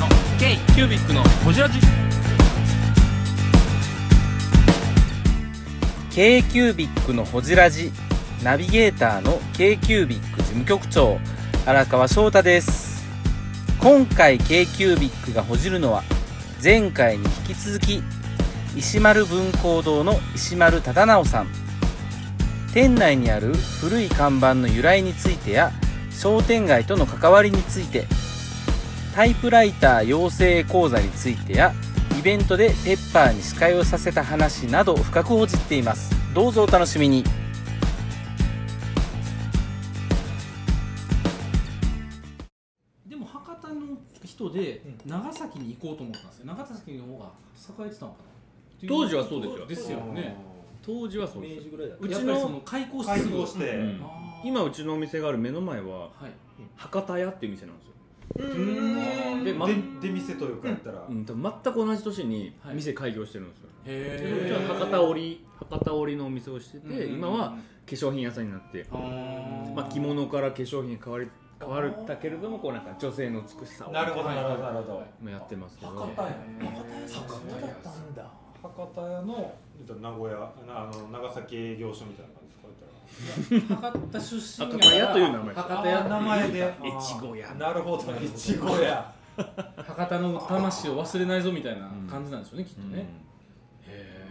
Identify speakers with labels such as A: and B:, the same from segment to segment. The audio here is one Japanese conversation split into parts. A: ュービックのホジラジ
B: k c キュービックのほじラジ。ナビゲーターの k c キュービック事務局長荒川翔太です。今回 k c キュービックがほじるのは前回に引き続き石丸文工堂の石丸忠直さん。店内にある古い看板の由来についてや商店街との関わりについてタイプライター養成講座についてやイベントでペッパーに司会をさせた話など深く報じっていますどうぞお楽しみに
A: でも博多の人で
C: う
A: 長崎に行こうと思ったんですよ長崎の方が栄えてたのかな
D: 当時はそうですよ
A: ですよね
D: 当時はそうです
C: 明治ぐらいだった
A: う
D: や
A: ち
D: っぱりそ
A: の
D: の
A: 開校
C: 開
A: すぐ
C: 校して、
D: うん
A: あー
D: 今うちのお店がある目の前は
A: はい
D: 博多屋っていう店なんですよ、
C: うん
D: で
C: で
D: ま
C: 出店というかやったら、
D: うん、多分全く同じ年に
A: はい
D: 店開業してるんですよ、
C: へー
D: うちは博多織博多織のお店をしてて、
A: うんうんうん
D: 今は化粧品屋さんになって、
A: あー
D: まあ、着物から化粧品に変わり変わったけれどもこうなんか女性の美しさを
C: なるほど
A: はい
C: なるほどなるほど、
D: もやってますけど
C: 博多屋
A: 博多屋さん
C: 博多屋
A: そうだったんだ
C: 博多屋の名古屋あの長崎営業所みたいな感じですか言
A: 博多出身
D: 博多屋という名前
A: 博多屋っていう
C: あー名前で
A: あー
D: 越後屋
C: ったらなるほどいちご屋
A: 博多の魂を忘れないぞみたいな感じなんでしょうね、きっとね、へ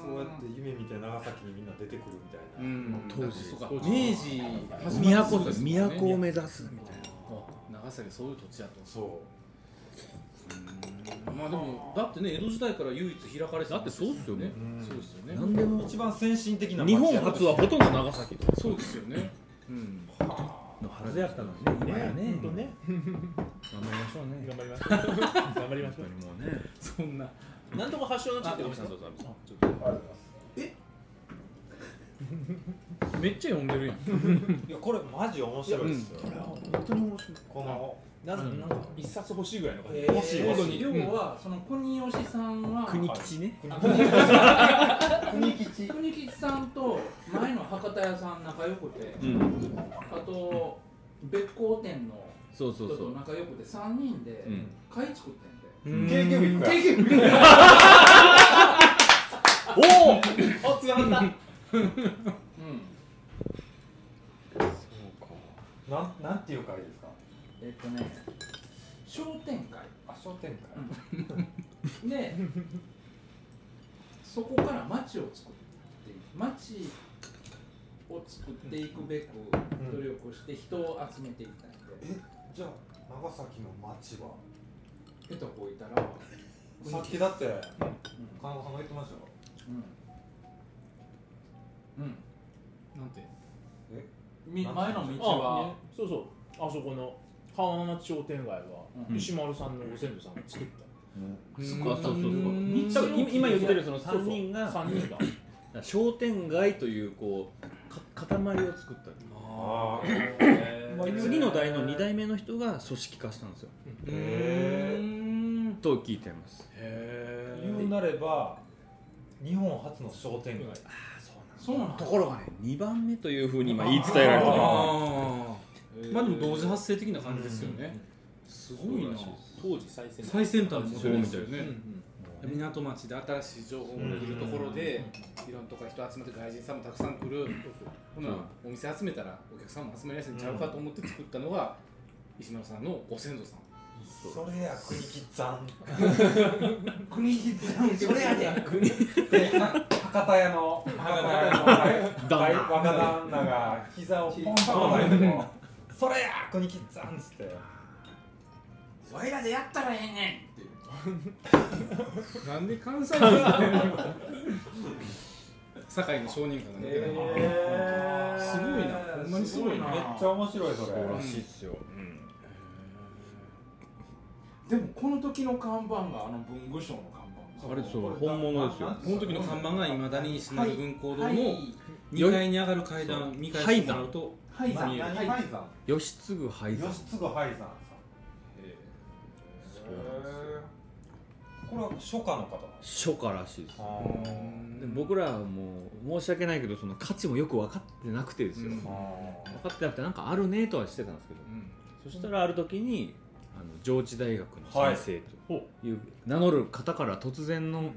C: そうやって夢見て長崎にみんな出てくるみたいな、
A: うん、
D: 当時
A: そうか
D: 当
A: 明
D: 時
A: 治
D: うん
A: 始まって
D: 都
A: そうですもんね
D: 都を目指すみたいな
A: あ長崎そういう土地だと
C: そ
A: まあでもだってね江戸時代から唯一開かれてたんです
D: だってそうっすよね
C: うん
A: そうですよね
D: 何で
C: う
D: も
C: 一番先進的な
D: 日本初はほとんど長崎で
A: そうですよね
D: うんのはずやったのにね今やね
C: とね
D: 頑張りましょうね
C: 頑張りましょう頑張りましょう
D: もうね
A: そんな
D: なんとも発祥の
A: 地ってことですか
D: そうそう
C: ありがとうございます
A: めっちゃ読んでるやん
C: いやこれマジ面白いですよ、
A: 本当に面白い
C: この
A: な
D: うん
A: なんか
D: 一冊欲しいぐらいの
C: えー欲しい欲しい
A: 要はその国吉さんは
D: 国吉ね
C: 国吉
A: 国吉さんと前の博多屋さん仲良くて
D: うん
A: あと別光店の
D: そうそう
A: 人
D: そ
A: と
D: う
A: 仲良くて3人で
D: うん
A: 会作ってんで
C: 経験ビックや
A: 経験不
D: おおつながっ
A: うん
C: そうかなんなんていう会ですか
A: えっとね商店街
C: あ商店
A: で そこから町を作っていく町を作っていくべく努力をして人を集めていったんで、
C: えじゃあ長崎の町は
A: えっとこういたら、
C: さっきだって金子さんが言ってましたよ
A: うん、うん、なんて
C: え
A: み
C: なんて
A: 前の道
E: あ
A: は、
E: そうそうあそこの浜町商店街は
A: うん
E: 石丸さんのご先祖さんが作った
D: そうそうそう
A: うん
D: 多 分今今言ってるその
E: た、そう
D: 三人が
E: 3人が
D: 商店街というこうか塊を作った
C: ああ
D: で次の代の2代目の人が組織化したんですよ
C: へ
A: ー
D: と聞いてます
A: へ
C: 言うなれば日本初の商店街
A: そうなんだ
D: ところがね2番目というふうに今言い伝えられてる
A: あーまあでも同時発生的な感じですよね、すごいな
E: 当時最先
A: 最先端のことですよ
D: そうみたいです
A: ね港町で新しい情報も来るところでいろんなとこから人集めて外人さんもたくさん来るほなお店集めたらお客さんも集められるんちゃうかと思って作ったのが石丸さんのご先祖さん
C: それや国吉さん
A: 国吉さん
C: それやで国博多屋の博多屋のはい若旦那が膝をポンポン投げてもそれや国吉さんっつって
A: わいらでやったらええねんっていうなんで関西人だよ堺の商人かな抜けたの
C: え
A: すごいなほんまにすごいな
C: めっちゃ面白いそれ
D: そうらしいっすよ
A: でもこの時の看板があの文具商の看板
D: あれそう本物ですよ
A: この時の看板がいまだに石丸文工堂の
D: よ
A: 2階に上がる階段見返してもらうと
C: ハイザン
A: 見える
C: 何ハイザン
D: 義継廃山
C: 義継ハイザンさん
D: そうなんですよ
C: これは初夏の方なんですか
D: 初夏らしいです
C: あ
D: で僕らはもう申し訳ないけどその価値もよく分かってなくてですよ、
A: うん
D: 分かってなくてなんかあるねとはしてたんですけど、
A: うん
D: そしたらある時にあの上智大学の先生という、名乗る方から突然の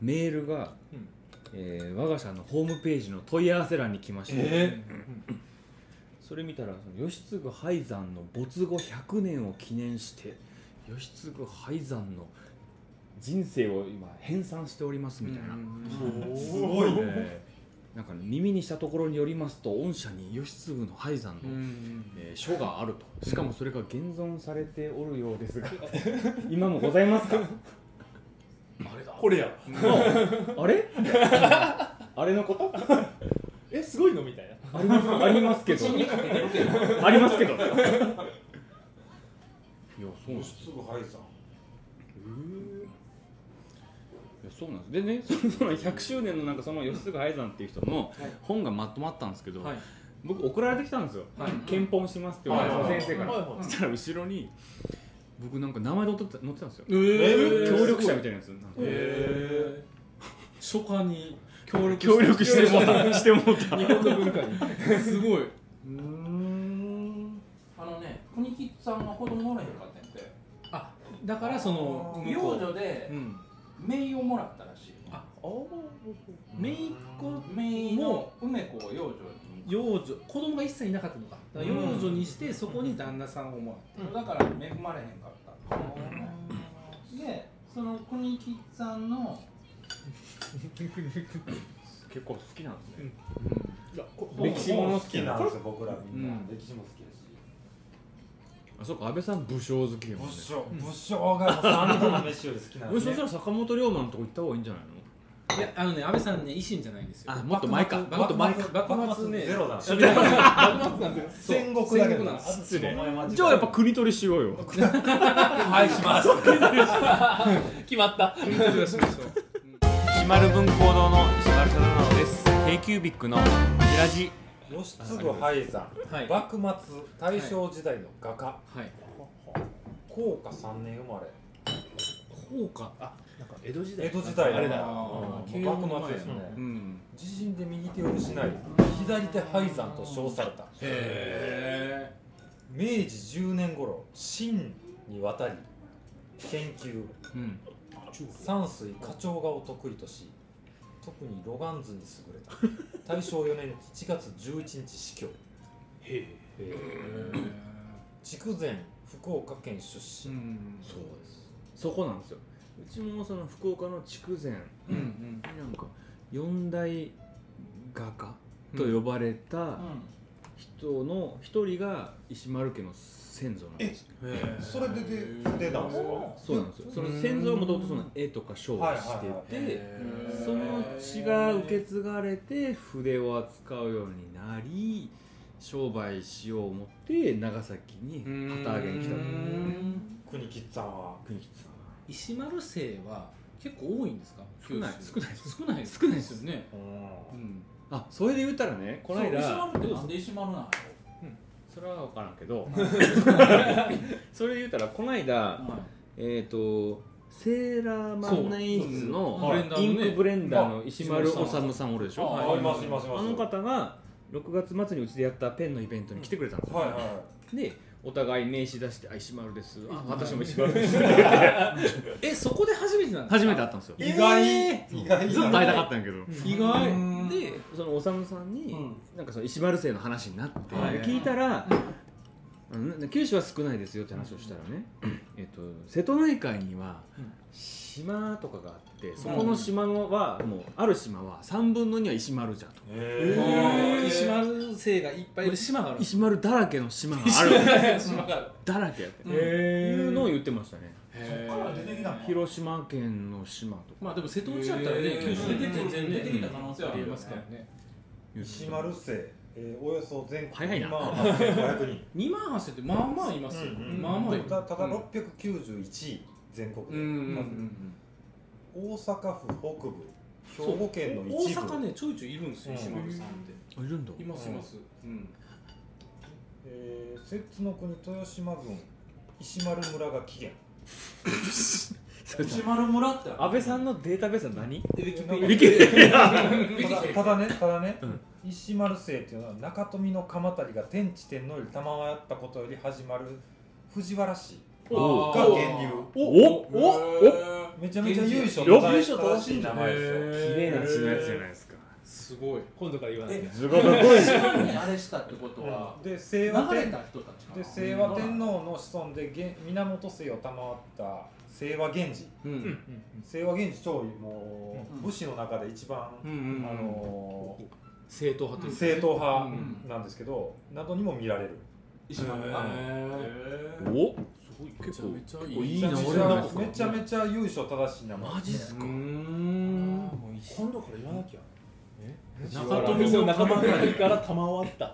D: メールが、
E: うん
D: えー我が社のホームページの問い合わせ欄に来ました、
E: え
D: それ見たら「その義継廃山の没後100年を記念して義継廃山の人生を今編纂しております」みたいな、
E: すごい
D: えーなんかね耳にしたところによりますと御社に義継の廃山の、えー書があるとしかもそれが現存されておるよう ですが今もございますか
E: これや
D: あ れあれのこと
E: えすごいのみたいな
D: ありますありますけ ど ありますけどいやそうなんです
C: すぐ敗さん
D: いやそうなんですでねそのそ の100周年のなんかその吉嗣愛さんっていう人の本がまとまったんですけど、
A: はい
D: 僕送られてきたんですよ「検本します」って言われて、
A: はい
D: その先生から、
E: はいはい
D: そしたら後ろに僕なんか名前で載ってた載ってたんですよ、
A: えー
D: 協力者みたいなやつなんか
A: えー、初夏に協力
D: 協力してもらうしてもらった
A: 日本の文化にすごい
B: あのね、国吉さんが子供おらへんかったんやって
A: あだからその
B: 養女で
A: うん
B: 名誉もらったらしい
A: あ姪っ子
B: 名の梅子を養女に
A: 養女子供が一切いなかったのかだから養女にしてそこに旦那さんをもらって
B: だから恵まれへんかったで、その国吉さんの
D: 結構好きなんですね、
C: 歴史もの好き
E: な
C: なんん
E: で
C: ですすよ僕らみんな、歴史も好きですし
D: あそうか安倍さん武将好きやもんね
C: 将武将が三度の飯より好きなん
D: 武
C: で
D: 将
C: す
D: したら坂本龍馬のとこ行った方がいいんじゃないの
A: いやあのね安倍さんね維新じゃないんですよ
D: あもっと前かもっと前か
A: 幕末ね
C: ゼロだ
A: 幕末なんですよ
C: 戦国だけど
A: 戦国なんです
D: 失礼じゃあやっぱ国取りしようよ
C: 敗します
E: 決まった
A: 国取 りはしましょう
F: 石丸文工堂の石丸忠信です k キュービックのホジラジ
C: 義継敗山
A: はいは
C: 幕末大正時代の画家
A: い
C: 高華三年生まれ
A: こうかあなんか江戸時代
C: 江戸時代
A: あれだ
C: よ
A: うん
C: もう幕末ですよ
A: う
C: ね
A: ん
C: 自陣で右手を失い左手敗山と称された
A: へ
C: 明治10年頃清に渡り研究
A: えうん
C: 山水花鳥画を得意とし特に露岩図に優れた大正4年1月11日死去筑前福岡県出
A: う
C: 身
A: ん
D: そうですそこなんですようちもその福岡の筑前
A: うんうん
D: なんか四大画家と呼ばれた人の一人が石丸家の先祖なんですよ
C: それでで出たんですか
D: そうなんですよその先祖はもともとその絵とか書をしててその血が受け継がれて筆を扱うようになり商売しよう思って長崎に旗揚げに来たと
C: 国吉さんは
D: 国吉さんは
A: 石丸姓は結構多いんですか
D: 少ない
A: 九
D: 少ない
A: 州少ない少ないですよね
C: うん
A: うん
D: あそれで言ったらねこの間
B: 石丸ってなんで石丸なんや
D: それは分からんけど それで言ったらこの間えっ、とセーラーマンナインズ
A: そう
D: の
A: そう
D: インクブレンダー
A: は
D: の
A: い
D: 石丸修さんおるでしょ
A: はい
D: あ
C: あいますいますいます
D: の方が6月末にうちでやったペンのイベントに来てくれたんですよ、
C: はいは
D: でお互い名刺出して「あ石丸です」あ「私も石丸です」
A: えそこで初めてなんですか
D: 初めて会ったんですよ
C: い意外、意外
D: ずっと会いたかったんやけど
A: 意外
D: でその修さんに、
A: うん
D: なんかその石丸姓の話になって、
A: はい
D: で聞いたら、あのな九州は少ないですよって話をしたらね、えっと、瀬戸内海には島とかがあってそこの島のはもうある島は3分の2は石丸じゃと、
C: え
A: あー石丸姓がいっぱいいる島がある
D: 石丸だらけの島がある
A: 島がある
D: だらけやって、
A: へ
D: いうのを言ってましたね
A: え
D: 広島県の島とか
A: まあでも瀬戸内だったらね九州で全然ね
B: 出てきた可能性は
A: あ
B: あ
A: り
B: り
A: え
B: ま
A: ますす
B: か
A: からら
B: ね
A: ね
D: 言って
C: 石
D: た
C: 丸姓、えー、およそ全国
D: 早いな
C: 2万8500人
A: 2万8000ってまあまあいますよ
C: うんうん
A: まあまあいる
C: たただ691位全国
A: う
C: で、
A: んうんう
C: ま
A: ん
C: ず大阪府北部兵
A: そう
C: 庫県の一
A: 大
C: 部
A: 阪ねちょいちょいいるんですよ
C: うん
A: 石丸さんって
D: あいるんだ
A: いますいますうん
C: えー、摂津の国豊島郡石丸村が起源
B: 石丸村って
D: 安倍さんのデータベースは何
A: ウィ
C: ペディアただ ただねただね、石丸姓っていうのは中富の鎌足が天智天皇より賜ったことより始まる藤原氏
D: お
C: が
D: う
C: 源流
G: お
D: お
G: おお
C: めちゃめちゃ由緒
D: よ
C: 正しい正しい名前ですよ
D: 綺麗な血のやつじゃないですか
A: すごい
G: 今度から言わないです
D: すごいかっこいい
B: あれしたってことは
C: で清
B: 流
C: 和
B: れ
C: 天
B: た人たちかな
C: で清和天皇の子孫で源源姓を賜った清和源氏
A: うんうん
C: 清和源氏超もう武士の中で一番、
A: うんうん
C: あのー
A: 正統派というか
C: 正統派
A: うん
C: なんですけど、などにも見られる
A: 石丸
C: へ
A: え
D: お
A: すごい結構めっちゃい
D: 結構い
A: い
D: い流れじゃないですか
C: めちゃめちゃ由緒正しい名前
D: マジっす
A: うー
D: か
A: ん
G: 今度から言わなきゃ
A: 中
G: 富
A: 富
G: の
A: の
G: 仲
A: 仲間
G: 間から玉を割った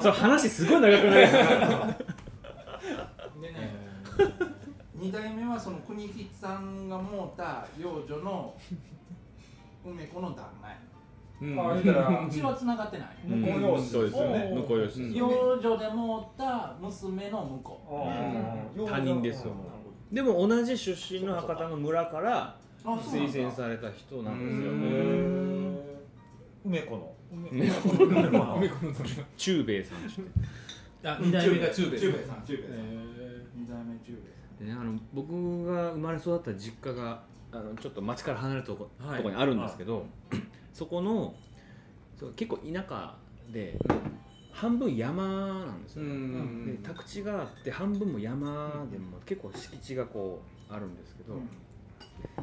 D: それ話すごい長くないですか
B: でね2代目はその国吉さんがもうた幼女の梅子の旦那や
A: うん
C: まあ言うたら
B: うちは繋がってない
D: うん
C: 婿養子
D: そうですよね
C: うん
D: 婿養子ですよね
B: 幼女でもうた娘の婿
C: うん
D: 他人ですよでも同じ出身の博多の村から
B: あそうなんだ
D: 推薦された人なんですよ
A: う
D: ね
A: ん
C: 梅子の梅
D: 梅
C: 子の
A: 梅子の旦
D: 中兵衛さんでしょ
A: 那あ二代目が中兵衛
B: 中兵衛さん中兵衛さん
A: え
B: 2代目中
D: でねあの僕が生まれ育った実家があのちょっと町から離れたとこ,、
A: はい
D: とこにあるんですけど、そこのそう結構田舎で半分山なんです
A: う
D: よ、ねで
A: ん
D: 宅地があって半分も山でも結構敷地がこうあるんですけど、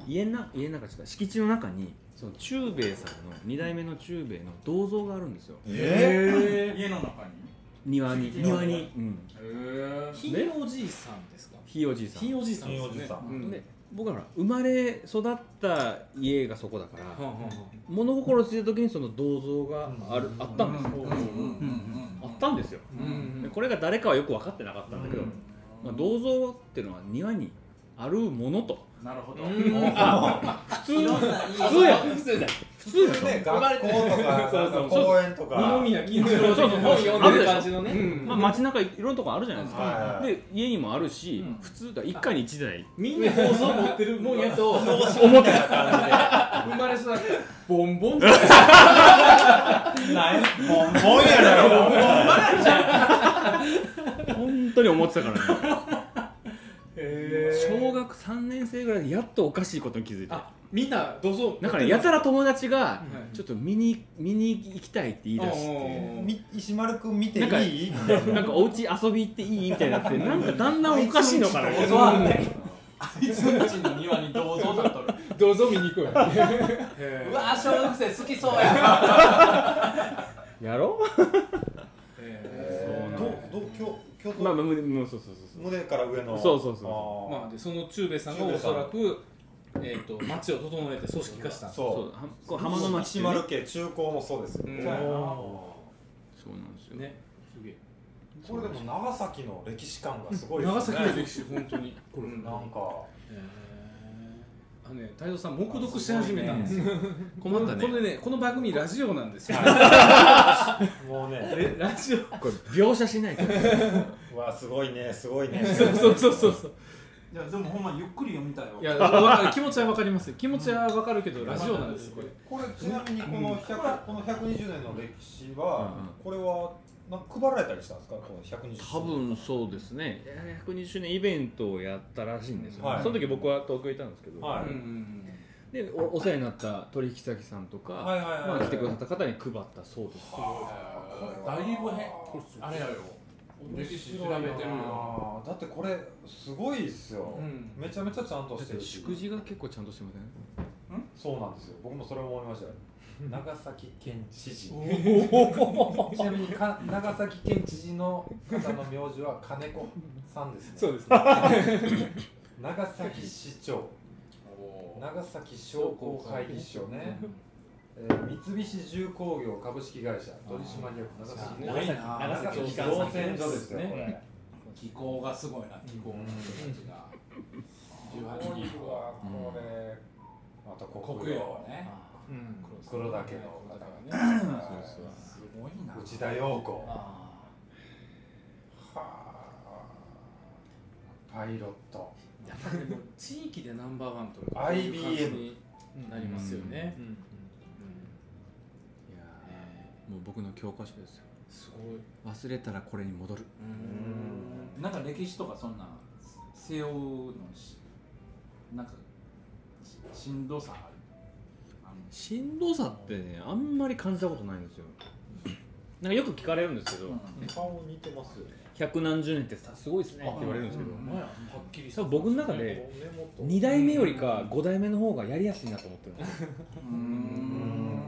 D: 家の中家の中違う敷地の中にその中兵衛さんの2代目の中兵衛の銅像があるんですよ
C: え
B: 兵衛家の中に
D: 庭に
B: 敷地の中に
D: うん、
A: ひいおじいさんですか
D: ひいおじいさん
A: ひいおじいさんで
C: ひ
A: す
C: いおじいさん
A: ねうん
D: で僕らほら生まれ育った家がそこだから、
A: はあはあはあ
D: 物心ついた時にその銅像があるあったんですよ、あったんですよ、
A: うんうん
D: でこれが誰かはよく分かってなかったんだけど、まあ、銅像っていうのは庭にあるものと
B: なるほど
D: 普通
B: いろんな
D: 普通やん普通だ普通でしょ、
C: ね学校とか
A: そうそう
C: 公園とか
A: 二宮金次郎の本読んでる感じのねうん
D: まあ、街中いろんなとこあるじゃないですか、
C: はいはい
D: で家にもあるし、
B: うん
D: 普通だ一家に一台
A: みんな放送持ってるもんやと思ってた生まれ育ったボンボンって
C: ないボンボンやだろ
D: 本当に思ってたからね
A: へ
D: 小学3年生ぐらいでやっとおかしいことに気づいた
A: あみんなどうぞ
D: だからやたら友達が
A: はい
D: ちょっと見に見に行きたいって言い出して
C: み石丸君見てい
D: なんか
C: い
D: なんかお家遊び行っていいみたいになって なんかだんだんおかしいのかな
C: あいつ
B: そうなんだよあいつのちの庭に銅像だとる
A: どうぞ見に行こうよ
B: うわ小学生好きそうや
D: やろ
A: へー
C: どど京京
D: まあまあ
C: 都
D: むむそうそうそう
C: 胸から上の
D: そうそうそう
C: あー
A: まあでその中兵衛さんがおそらくえっと町を整えて組織化した
D: そう
C: そう
D: はこう浜の町
C: 石丸家中高もそうですよ、
A: う
C: そ
A: ん
C: うやな
D: そうなんですよ、
A: ねすげえ
C: これでも長崎の歴史観がすごい
A: 長
C: ですね
A: 崎の歴史本当にこれ
C: なんか
A: あのね、太蔵さん、黙読し始めたんですよ。困
D: ったね
A: このね、この番組ラジオなんですよ。
C: もうね
A: えラジオ。
D: これ描写しないから
C: うわすごいねすごいね
A: そうそうそうそうそう。
B: いやでもほんまゆっくり読みたいわ
A: いや、わかる気持ちはわかりますよ。気持ちはわかるけど、ラジオなんですよ。これ。
C: これちなみにこの100この120年の歴史は
D: うんうん
C: これはなんか配られたりしたんですかこの120年
D: 多分そうですね120周年イベントをやったらしいんですよ、
C: はい
D: その時僕は東京いたんですけど、
C: はい
A: うん
D: でおお世話になった取引先さんとか、
C: はいはいはい
D: まあ、来てくださった方に配ったそうです
B: だいぶへあれやよ歴史調べてるよ
C: あーだってこれすごいっすよ、
A: うん
C: めちゃめちゃちゃんと
D: だっ
C: し
D: てて
C: る
D: 祝辞が結構ちゃんとしてません
C: そうなんですよ僕もそれも思いましたよ長崎県知事ちなみにか長崎県知事の方の名字は金子さんですね
A: そうですね。
C: 長崎市長長崎商工会議所ね、えー三菱重工業株式会社取締役長崎
A: 長崎
C: 長
A: 長
C: 崎
A: 崎
C: 造船所ですよ
A: ね
C: これ
B: 気候がすごいな気候の人たちが18人
C: うわこれあと
B: 国
C: 国
B: 用
C: 用
B: はね
A: うん
C: 黒岳の方が
A: ね。
C: はい
B: すごいな
C: 内田陽子は
B: あ
C: あパイロット
A: やっぱりもう地域でナンバーワンとか。
C: IBM
A: こういう感じになりますよね。
D: いやーもう僕の教科書ですよ
A: すごい。
D: 忘れたらこれに戻る
A: うん
E: なんか歴史とかそんな背負うのしなんかししんどさあるあの
D: しんどさってねあんまり感じたことないんですよなんかよく聞かれるんですけど、
H: 顔似てますよね
D: 百何十年ってさすごいですねって言われるんですけど、
E: う
H: まあはっきり
D: 多分僕の中で2
H: 代
D: 代目よりか5代目の方がやりやすいなと思ってるんですよ
E: うんう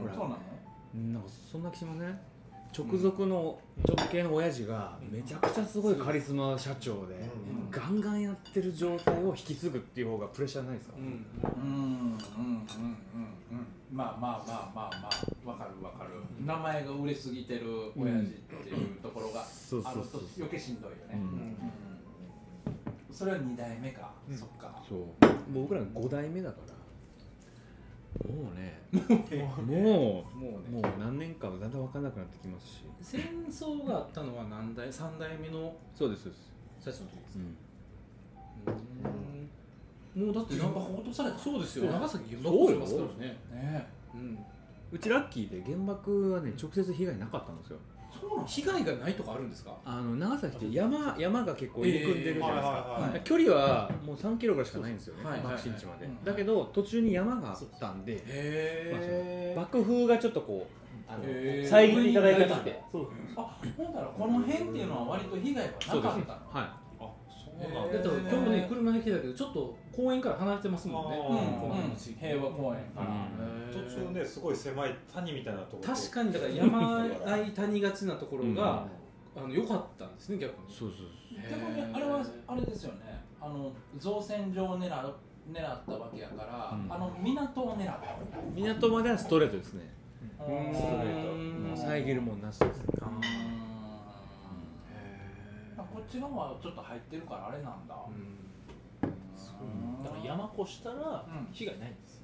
E: んそうなの
D: なんかそんな気しません直属の直系の親父がめちゃくちゃすごいカリスマ社長で
E: ん
D: ガンガンやってる状態を引き継ぐっていう方がプレッシャーないですか、
A: うん
E: うんうんうんうんうんまあまあまあまあまあわかるわかる名前が売れすぎてる親父っていうところが
D: そう
E: あ
D: そ
E: る
D: うそ
E: と
D: う
E: 余計しんどいよ
D: う
E: ね、
D: ん
E: うんそれは2代目か、
H: うん
E: そっか
D: そうもう僕ら5代目だからもうねも
A: もうね
D: うもう何年かだんだん分かんなくなってきますし
A: 戦争があったのは何代3代目の
D: そうですそうです、
A: 人たちの時です
D: うん、
A: もうだって
E: や
A: な
E: っ
A: ん
E: ぱ
A: か
E: 報道された
A: そうですよ長崎原
D: そう
A: 爆
D: よ
A: しますからね
E: ね
A: うん
D: うちラッキーで原爆はね直接被害なかったんですよ
E: そうなの
A: 被害がないとかあるんですか
D: あの長崎って山山が結構入り組んでるじゃないですか、
H: はいはいはい
D: 距離はもう3キロぐらいしかないんですよね
A: そうそうはい
D: 爆心地まで、
E: はいはい
D: だけど途中に山があったんで
A: へえ
D: 爆風がちょっとこうあの
A: へー
D: 遮っていただいたんで
H: そう
E: あほんだらこの辺っていうのは割と被害はなか
D: そう
E: っ
D: で
E: た
D: す
E: の
D: は
H: あそう
E: う
H: な
E: なんん
A: だ
H: だ
E: だ
A: って今日も
E: へ
A: ね
E: ー
A: 車で来たけどちょっと公園から離れてますもんね
H: あー
A: こ
E: うん
A: の辺の地
E: うん、
A: 域
E: 平和公園から、
D: うん
A: へー
H: 途中ねすごい狭い谷みたいなところ
A: 確かにだから山あい谷がちなところがあの良かったんですね逆
D: い
A: に
D: そうそう
E: 逆にあれはあれですよねあの造船所を狙う狙ったわけやから、
D: うん
E: あの港を狙った
D: 港まではストレートですね
E: うん
A: ス
D: ストレ
A: う
D: ー
A: ん
D: トもう遮るもんなしですね
A: あ
E: あこっち側はちょっと入ってるからあれなんだ、
H: だから山越したら
E: うん
H: 被害ないんですよ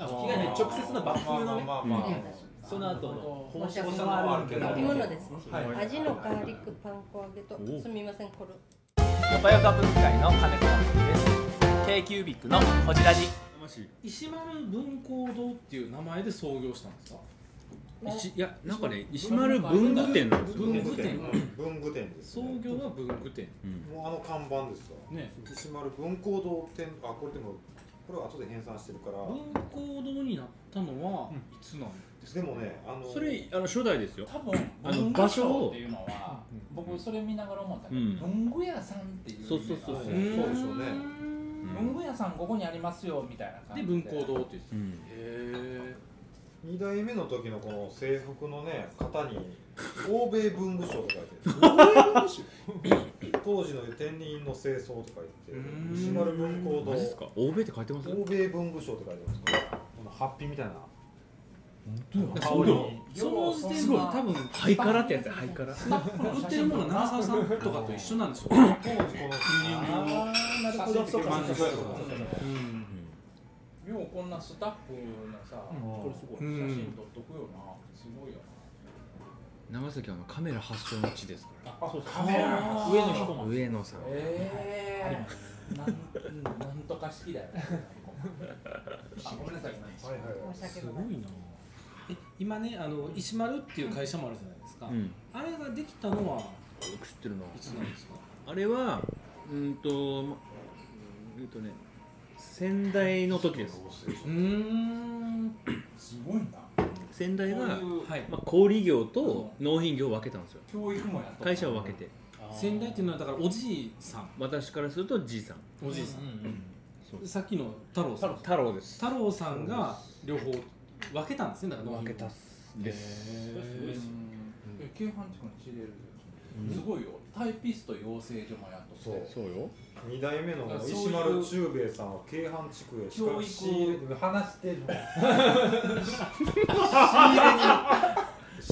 E: あー
H: 被害ない直接の爆風のね
I: まあまあまあまあ
H: その後の放
E: 放
H: 射
E: 射
H: 線
E: 線
H: は
E: は
H: あ
E: あ
H: る
E: る
H: け
E: け
H: ど
E: ど
J: 食べ物ですね
E: はい
J: 味のガーリックパン粉揚げと
D: お
J: すみませんこれ
B: 横横文化会の金子です k キュービックのホジラジ
A: 石丸文工堂っていう名前で創業したんですか
D: 石いやなんかね石丸文具店なんですよ、
A: 文具店
C: 文具店です、
A: 創
C: ね、
A: 業は文具店
D: うん
C: もうあの看板ですわ
A: ね
C: 石丸文工堂店あこれでもこれは後で編纂してるから
A: 文工堂になったのはいつなんです
C: で
A: か
C: もねあの
D: それあの初代ですよ
E: 多分
D: あの
E: 文
D: 場
E: 具
D: 所を
E: 賞っていうのは僕それ見ながら思ったけど、
D: うん
E: 文具屋さんっていうイメージ
D: そうそうそう
C: そう
D: う
C: で
D: ん
C: しょうね
D: うん
E: 文具屋さんここにありますよみたいな感
A: で
E: じ
A: 文工堂って言ってた
D: うん
A: へ
C: 2代目の時のこの制服のね型に欧米文具賞と書いてる当時の天輪の清掃と書いて
A: う
C: る
A: ーん
C: 石丸文工堂
D: マジですか欧米って書いてます
C: 欧米文具賞って書いてますからこのハッピーみたいな
A: え
C: 香りに
A: その時点は多分
D: ハイカラってやつやハイカラ
A: スタッフの売ってるものが長澤さんとかと一緒なんでしょう
C: 当時この
E: あーなるほどそうかそうかそうかそうか
A: うん
E: ようこんなスタッフのさ、これすごい写真撮っとくよな、すごいよ
D: 長崎はあのカメラ発祥の地ですから
E: なあそうカメラ上の人
D: 上野さん
E: ええー、なんなんとか式だよね
C: はいはい
E: あごめんなさいごめんなさい
C: はい
J: 申し訳
A: す
J: ご
A: ご
J: ざいません
A: いなえ今ねあの石丸っていう会社もあるじゃないですか、
D: うんよ
A: あれができたのは
D: く知ってるない
A: つなんですか
D: あれはうんとまうんえっとね先代の時です
A: うーん
E: すごいな
D: 先代が、
E: こういう
A: はい、
D: まあ、小売業と納品業を分けたんですよ
E: 教育もやっと
D: 会社を分けて
A: 先代っていうのはだからおじいさん
D: 私からするとじいさん
A: おじいさん、
D: うん
A: さっきの太郎さん
D: 太郎です
A: 太郎さんが両方分けたんですねだから
D: 分けたっ
A: へ
D: す
A: ー
D: です
E: うんえ京阪地区に知れる、すごいよタイピスト養成所もやっと
C: そう
E: て
D: そうよ
C: 2代目の
E: そういう
C: 石丸忠兵衛さんは京阪地区へし
E: 教
C: か
E: 育
C: 仕入れに
I: 話してる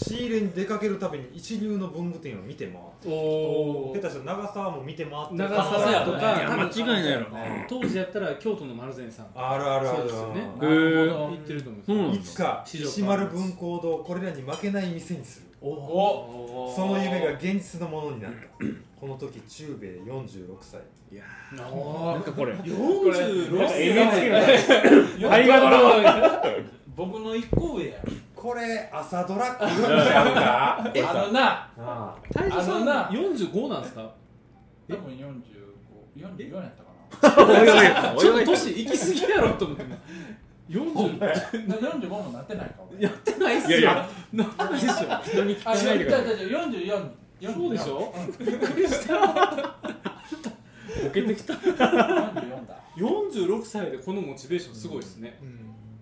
C: 仕入れに出かけるたびに一流の文具店を見て回って
A: お
C: 下手したら長沢も見て回ってる
A: 長沢とか、
D: いや間違いないやろ
A: 当時やったら京都の丸善さん
C: あるあるある
A: そうですよね
E: な
D: へ
E: るほ
A: 行
E: ど
A: ってると思うんです
D: そ
A: よ
D: うなん
C: いつか
A: 市場
C: 石丸文工堂をこれらに負けない店にする
E: お
C: その夢が現実のものになったこの時忠兵衛46歳
D: なんかこれ
A: 46歳
D: ありがとう
E: 僕の一個上や
C: これ朝ド ラ来るんちゃうか
E: あのな
C: あ
A: 大将
E: あ
A: さ
E: の
A: ん
E: な
A: 45なんですか
E: 多分45、44やったか な。
A: ちょっと年行き過ぎやろと思って今40
E: な45もなってないか俺
A: やってないっすよ
D: いやいや
A: なってないっすよ
D: 人に聞
E: あ、
D: かない
E: 違
D: で
E: う
D: ください
E: 違う違う44 44
A: そうでしょびっくりしたボケてきた
E: 44だ
A: 46歳でこのモチベーションすごいですね、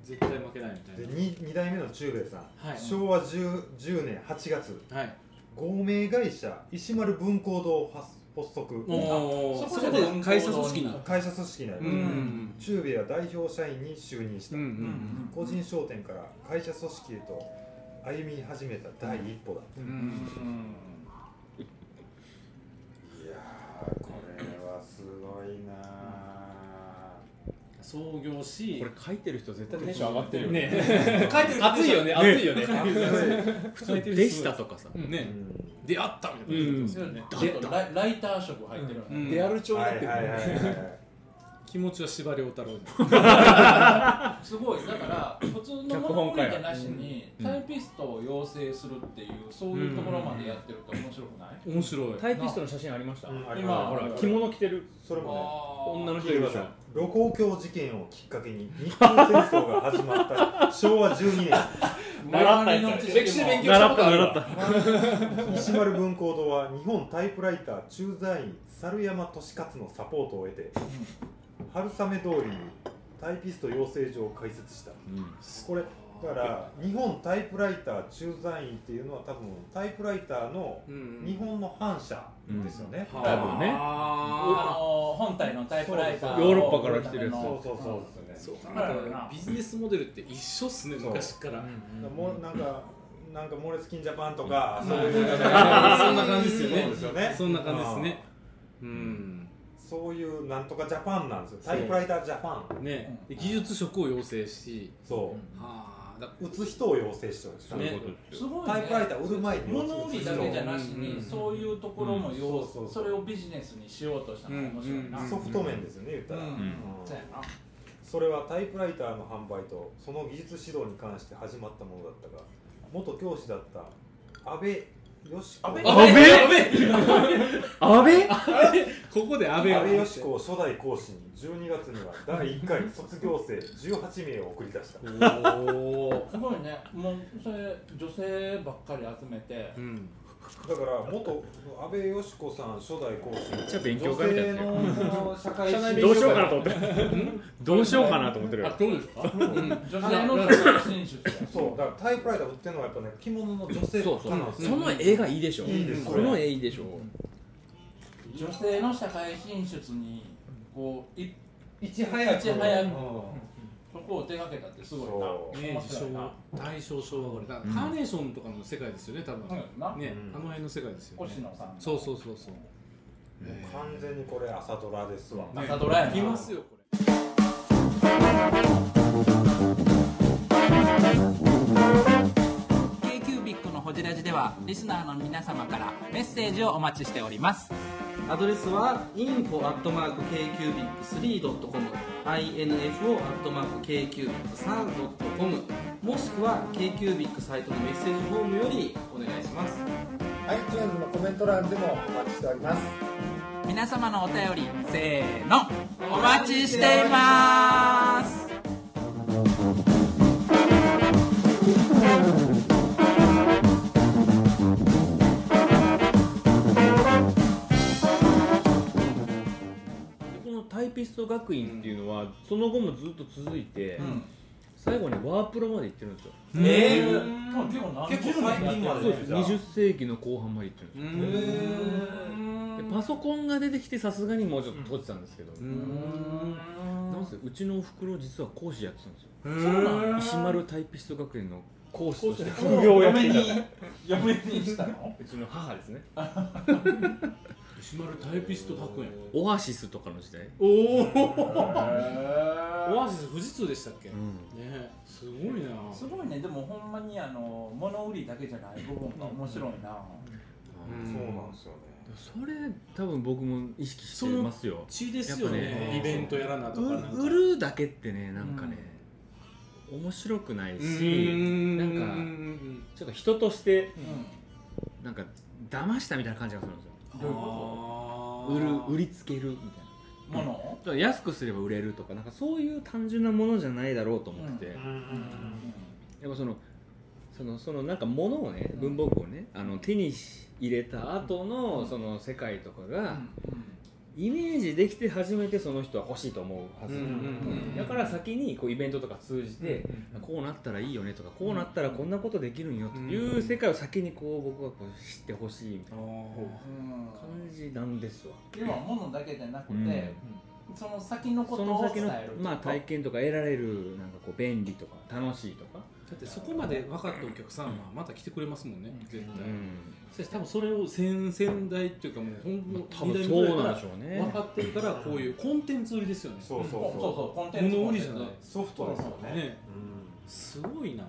A: 絶対負けないみた
C: で
A: い
C: 2, 代目の中兵衛さん、
A: はい
C: 昭和 10, 10年8月
A: なはい
C: 合名会社石丸文工堂発発足
A: おー
E: そ
A: そ
E: こで
A: こで会社組織な
C: 会社組織内
A: うんうん
C: 中兵衛は代表社員に就任した、
A: うんうん
C: 個人商店から会社組織へと歩み始めた第一歩だった、
A: うん
C: いやーこれはすごいな
A: 創業し
D: これ書いてる人絶対テンション上がってるよね
A: ね熱いよね熱いよね
D: 普通でしたとかさ
C: ー、
A: ね
C: ん
A: 出会ったみたいな感じですよね
E: ちょっとライライター色入ってるよね
A: 出会う
D: ル調
C: はいはいはいはい
A: 気持ちは司馬遼太郎
E: すごいだから普通の
D: 脚
E: モノ
D: 本家
E: マネ
D: や
E: じゃなしにタイピストを養成するっていうそういうところまでやってると面白くない
A: 面白い
D: タイピストの写真ありました
C: うんあり
E: 今
C: ま
D: ほ
C: す
D: ら着物着てる
C: それもね
D: 女
E: 女
D: の人い
C: 露
D: るでしょ
C: 光橋事件をきっかけに日韓戦争が始まった昭和12
E: 習ったやつ歴史勉強
D: 習った習った
C: 年石丸文工堂は日本タイプライター駐在員猿山俊勝のサポートを得て春雨通りにタイピスト養成所を開設したこれだから日本タイプライター駐在員っていうのは多分タイプライターの日本の反社ですよね、
D: 多分ね
E: あの本体のタイプライターを
D: ヨーロッパから来てるやつ
C: そうそうそうです
A: そ
C: よ
A: う
C: ね
A: かなビジネスモデルって一緒っすね
C: そう
A: 昔から
C: だからもうなんかなんかモレスキンジャパンとか、そう
A: そ
C: い
A: ん
C: うなんか
A: な感じですよ
C: そうですよね
A: ねそんな感じですねうん
C: そういうなんとかジャパンなんですよタイプライタージャパン
A: ねで技術職を養成し
C: そ
A: はあだ
C: う打つ人を養成してるんですよ
A: ね
E: すごいね
C: タイプライター売る前に
E: 物売りだけじゃなし
A: うんうん
E: にそういうところも要
C: うんそうそうそう
E: それをビジネスにしようとしたのが面白いな
A: うん
C: ソフト面ですよね言ったら、
E: うん
C: うん
E: そうやな
C: それはタイプライターの販売とその技術指導に関して始まったものだったが元教師だった安倍よし子安
E: 安
C: 倍
D: 安倍
E: 倍
A: ここで安倍
C: よし子を初代講師に12月には第1回卒業生18名を送り出した
A: お
E: すごいね、もうそれ女性ばっかり集めて、
A: うん
C: だから元安倍よし子さん初代講師め
D: っちゃ勉強会みたいなやつよ
C: 社会社
D: どうしようかなと思ってどうしようかなと思ってるよ
A: どうですか
E: 女性の社会進出や
C: そうだからタイプライター売ってるのはやっぱね着物の女性
D: そうそう
C: なんですよ
D: その絵がいいでしょ
C: いいです
D: この絵いいでしょ
E: 女性の社会進出にこうい
C: いち早く
E: いち早く
C: うん
E: そこを手掛けたってすごいな
C: そう
A: 明
E: 面
A: 治
E: 白い
A: 昭
E: な
A: 和大正昭和ぐらいだからカーネーションとかの世界ですよね多分
E: そうやな、
A: ね
C: うん
A: あの辺の世界ですよね
E: 星野さん
A: そうそうそうそうえー
C: 完全にこれ朝ドラですわ、
E: 朝ドラやな
A: 来ますよこれ
K: キュービックのホジラジではリスナーの皆様からメッセージをお待ちしております
B: アドレスは info.kcubic3.com info.kcubic3.com もしくは KQBIC サイトのメッセージフォームよりお願いします
L: iTunes のコメント欄でもお待ちしております
K: 皆様のお便りせーのお待ちしています
D: このタイピスト学院っていうのはその後もずっと続いて最後にワープロまで行ってるんですよ
E: ええー、結構何十
C: 結構最近まで
D: そうです
C: じゃあ
D: 20世紀の後半まで行ってるんですよ
A: うん
D: でパソコンが出てきてさすがにもうちょっと閉じたんですけどなんせうちのおふくろ実は講師やってたんですよ
A: そうなん
D: 石丸タイピスト学園の講師として
E: 年
D: 副業をやっていた
E: 嫁にしたの
D: うちの母ですね
A: 石丸タイピスト学園
D: オアシスとかの時代
A: おおオアシス富士通でしたっけねすごいな
E: すごいねでもほんまにあの物売りだけじゃない部分が面白いな
A: うん
C: そうなんですよね
D: それ多分僕も意識してますよ
A: 血ですよ
D: やっぱ
A: ね
D: ね
A: イベントやらなとかなんか
D: う売るだけってねなんかね、面白くないし
A: な
D: なんか
A: ん
D: ちょっと人として
E: うん
D: なんか騙したみたいな感じがするんですよ
A: かどういうこと
D: 売る売りつけるみたいな
E: もの
D: だから安くすれば売れるとかなんかそういう単純なものじゃないだろうと思ってて、やっぱそのそのそのなんか物をね文房具をねあの手に入れた後のその世界とかがイメージできて初めてその人は欲しいと思うはず
A: うんうんうん
D: だから先にこうイベントとか通じてこうなったらいいよねとかこうなったらこんなことできるんよっていう世界を先にこう僕はこう知ってほしいみたいな感じなんですわ。
E: 要は物だけじゃなく
D: う
E: て、
D: ん
E: その先のこと
D: その
E: を
D: 先
E: 伝
D: の
E: える、
D: まあ、体験とか得られるなんかこう便利とか楽しいとか
A: だってそこまで分かったお客さんはまた来てくれますもんね、絶
D: う
A: 対、
D: ん
A: そして多分それを先々代っていうかもうほんの
D: 多分
A: 二代目
D: そ
A: ぐらい
D: う
A: か
D: なん
A: ら
D: でしょうね
A: 分かってるからこういうコンテンツ売りですよね
C: そうそうそう
A: うん
E: そうコンテンツ
A: 物売りじゃない
C: ソフトですよね
A: ね
C: うん
A: すごいなへ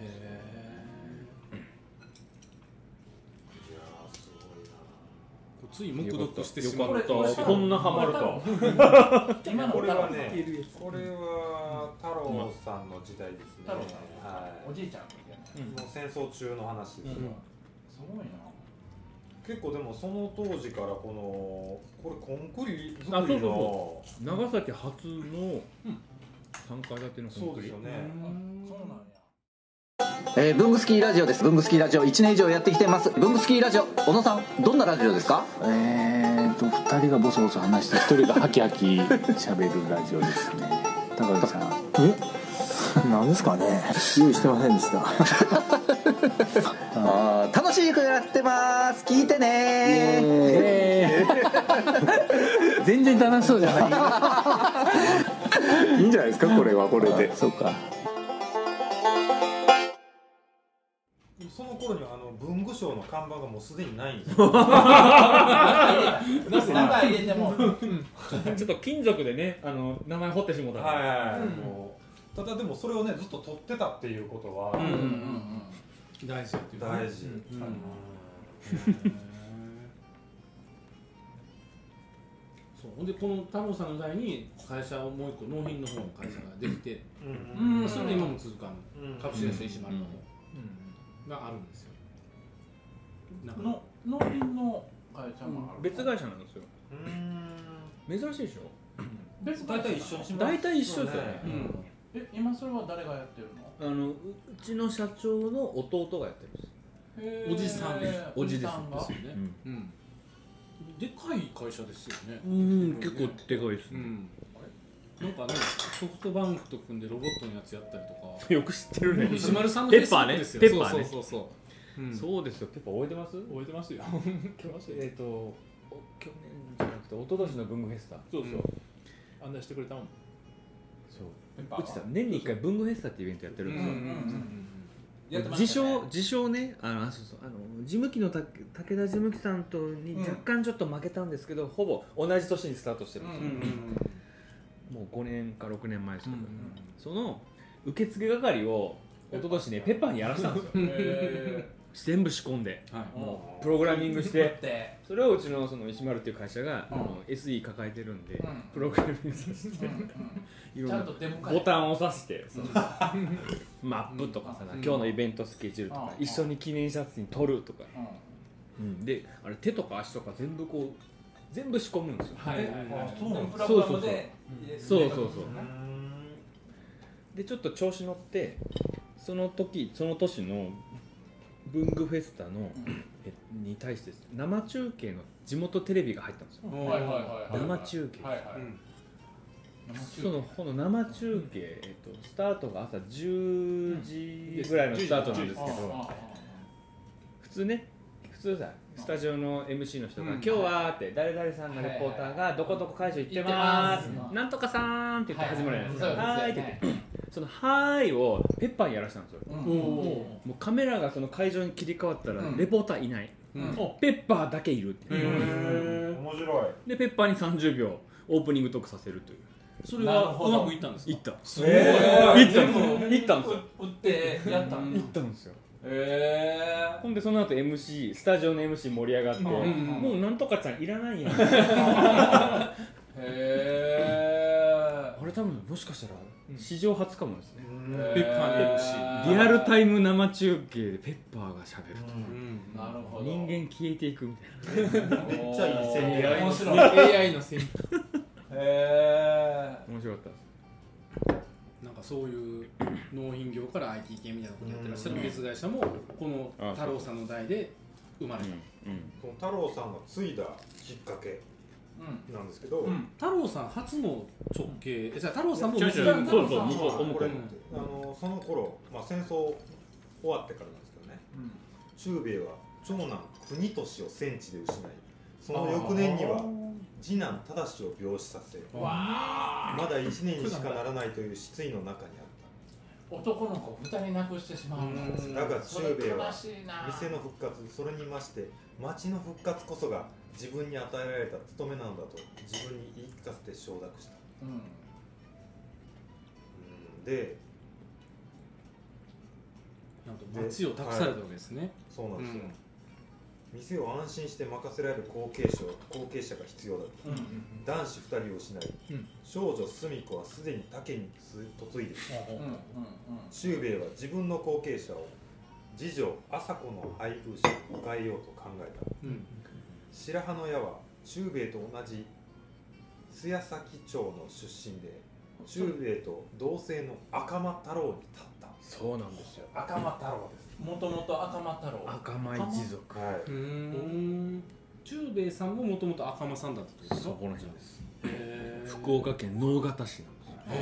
A: え
C: いやーすごいな
A: つい目読してしま
D: よ
A: う
D: かった
E: これ
D: こんなハマるとは
E: 今の
C: これは
E: 太郎
C: ねこれは太郎さんの時代ですね
E: 太郎さん
C: はい
E: おじいちゃんみたいな
C: もう戦争中の話ですよ、
E: すごいな
C: 結構でもその当時からこのこれコンクリ作りの
D: あそうそうそ長崎初の3階建ての
C: そうですよね、
E: そうなんや
K: えー、ブングスキーラジオですブングスキーラジオ1年以上やってきてますブングスキーラジオ小野さんどんなラジオですかえーと2人がボソボソ話して1人がハキハキ喋るラジオですね高橋さんえなんですかね用意してませんでしたあー楽しい曲やってます聞いてね全然楽しそうじゃないいいんじゃないですかこれはこれでそうか
C: その頃にはあの文具省の看板がもうすでにないんですよ
E: 中入れても
D: ちょっと金属でねあの名前彫ってしもうたから
C: はい、もうただでもそれをねずっと取ってたっていうことは
A: うんうんうんうん大事だっていうね
C: 大事、
A: うん
C: うん
A: そうほんでこの太郎さんの代に会社をもう一個納品の方の会社ができて、
C: うん
A: それが今も続くあの、
C: うん
A: 株式会社石丸の方があるんですよ、なんか
E: の農民の会社もある
D: 別会社なんですよ
C: うん
D: 珍しいでしょ
E: 別会
C: 大
E: 社
C: 体一緒にします
D: 大体一緒ですよね
A: うん
E: え今それは誰がやってる
D: あ
E: の
D: のううちの社長の弟がやってるんです
A: おじさん
E: へー
A: おじです
E: さんが
A: ですよね、うんでかい会社ですよね
D: うん結構でかいです
A: う
D: ね
A: んなんかねソフトバンクと組んでロボットのやつやったりとか
D: よく知ってるね
A: 石丸さんの
D: ペッパーね
A: Facebook ですよ
D: ペッパーね
A: そうそうそうそう、うん
D: そうですよペッパー置いてます
H: 覚えてますよ
D: えっとお去年じゃなくて一昨年の文具フェスタ
H: そうそううん案内してくれたもん
D: そう
E: ペッパ
D: うちさ年に1回文具フェスタってイベントやってるんですよ
E: うんうんやってま
D: 自
E: したね
D: 称自称ねあのあそうそうあの事務機のた武田事務機さんとに
E: うん
D: 若干ちょっと負けたんですけど、ほぼ同じ年にスタートしてるんです
A: うん
D: よ
A: うんうん
D: もう5年か6年前ですけど、
A: うん
D: その受付係を一昨年ねペッパーにやらせたんですよ
E: へ
D: 全部仕込んで
A: はい
E: ーも
D: プログラミングし
E: うだ
D: て
E: って
D: それをうちのその石丸っていう会社が、
E: うん
D: あの SE 抱えてるんで、
E: うん
D: プログラミングさせて、いろん
E: ちゃ
D: なん
E: とデモ化
D: ボタンを押させて
E: うん
D: マップとかさ、
A: うん
D: 今日のイベントスケジュールとか、
E: うん
D: 一緒に記念写真撮るとか、
E: うん
D: であれ手とか足とか全部こう全部仕込むんですよ、
A: はいはいはい
E: あそうなん
D: で
E: プ
D: す
E: ロ
D: そうそうそう
E: グラムで入れ
D: そうそうそう
E: 入れたんですね
D: でちょっと調子乗ってその時その年の文具フェスタの、えに対してです生中継の地元テレビが入ったんですよ、
E: はいはいはいはい
D: 生中継、
E: はいはい
A: うん
D: そのこの生中継、えっと、スタートが朝10時ぐらいのスタートなんですけど、普通ね普通さスタジオの MC の人が「
A: うん
D: 今日は」って誰々さんのレポーターが「どこどこ会場行ってまーす
E: 行ってま」ーす
D: なんとかさーん」って言って始まるじゃないですか「はーい」って言って
E: 言って
D: その「はーい」をペッパーにやらせたんですよ
E: うん
D: もうカメラがその会場に切り替わったら
E: うん
D: レポーターいない
A: うん
D: ペッパーだけいるっていう
C: 面白い
D: でペッパーに30秒オープニングトークさせるという
A: それ
E: なる
A: は
E: ほ
A: う
E: ど
A: まくいったんですか
D: 行った
A: す
E: え
D: 行ったんですよ行ったんですよ
E: 売ってやった
A: うん
D: 行ったんですよ
E: え
D: ほんでその後 MC スタジオの MC 盛り上がって
A: ん
D: もうなんとかちゃんいらないやん
E: え
D: あれ多分もしかしたら史上初かもですね、
C: うん
A: ペッパーに MC
D: リアルタイム生中継でペッパーがしゃべると、
H: なるほど
D: 人間消えていくみたいな
H: めっちゃいい戦略
D: AI の戦
H: AI の戦略
E: へ
D: 面白かった
A: なんかそういう農品業から IT 系みたいなことやってらっしゃる別会社もこの太郎さんの代で生まれた
C: この太郎さんが継いだきっかけなんですけど、
A: 太郎さん初の直系えじゃあ太郎さんも
C: 違う違う
A: そうそう
C: これあのその頃、まあ、戦争終わってからなんですけどね、中米は長男国俊を戦地で失いその翌年には次男忠を病死させ
E: わ
C: まだ1年にしかならないという失意の中にあっ
E: 男の子二人亡くしてしまうの
C: ただが
E: そ
C: 中
E: れ
C: 米は
E: 悲しいな
C: 店の復活それにまして町の復活こそが自分に与えられた務めなのだと自分に言い聞かせて承諾した
E: うん
C: で
A: なんと街を託されたわけですね、
C: そうなんですよ、店を安心して任せられる後継者後継者が必要だと、
E: うんうん
C: 男子2人を失い、
E: うん
C: 少女寿美子はすでに他県に嫁いでいた、
E: うんうんうん
C: 中兵衛は自分の後継者を次女朝子の配偶者に迎えようと考えた、
A: うん
C: 白羽の矢は中兵衛と同じ津屋崎町の出身で中兵衛と同姓の赤間太郎に立った
D: そうなんですよ
E: 赤間太郎ですもともと赤間太郎
D: 赤間一族
C: は
A: うーん中米さんももともと赤間さんだったってことですかそこの人です
D: 福岡県直方市なん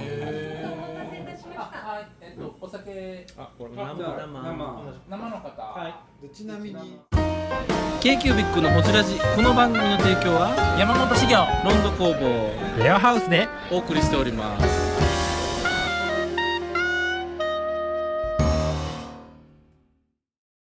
D: ですよ
E: あはいえっとお酒
D: あこれ
E: あ
D: 生生
E: 生の方
C: はいでちなみに
B: k q b i c のホジラジこの番組の提供は山本資源ロンド工房レアハウスでお送りしております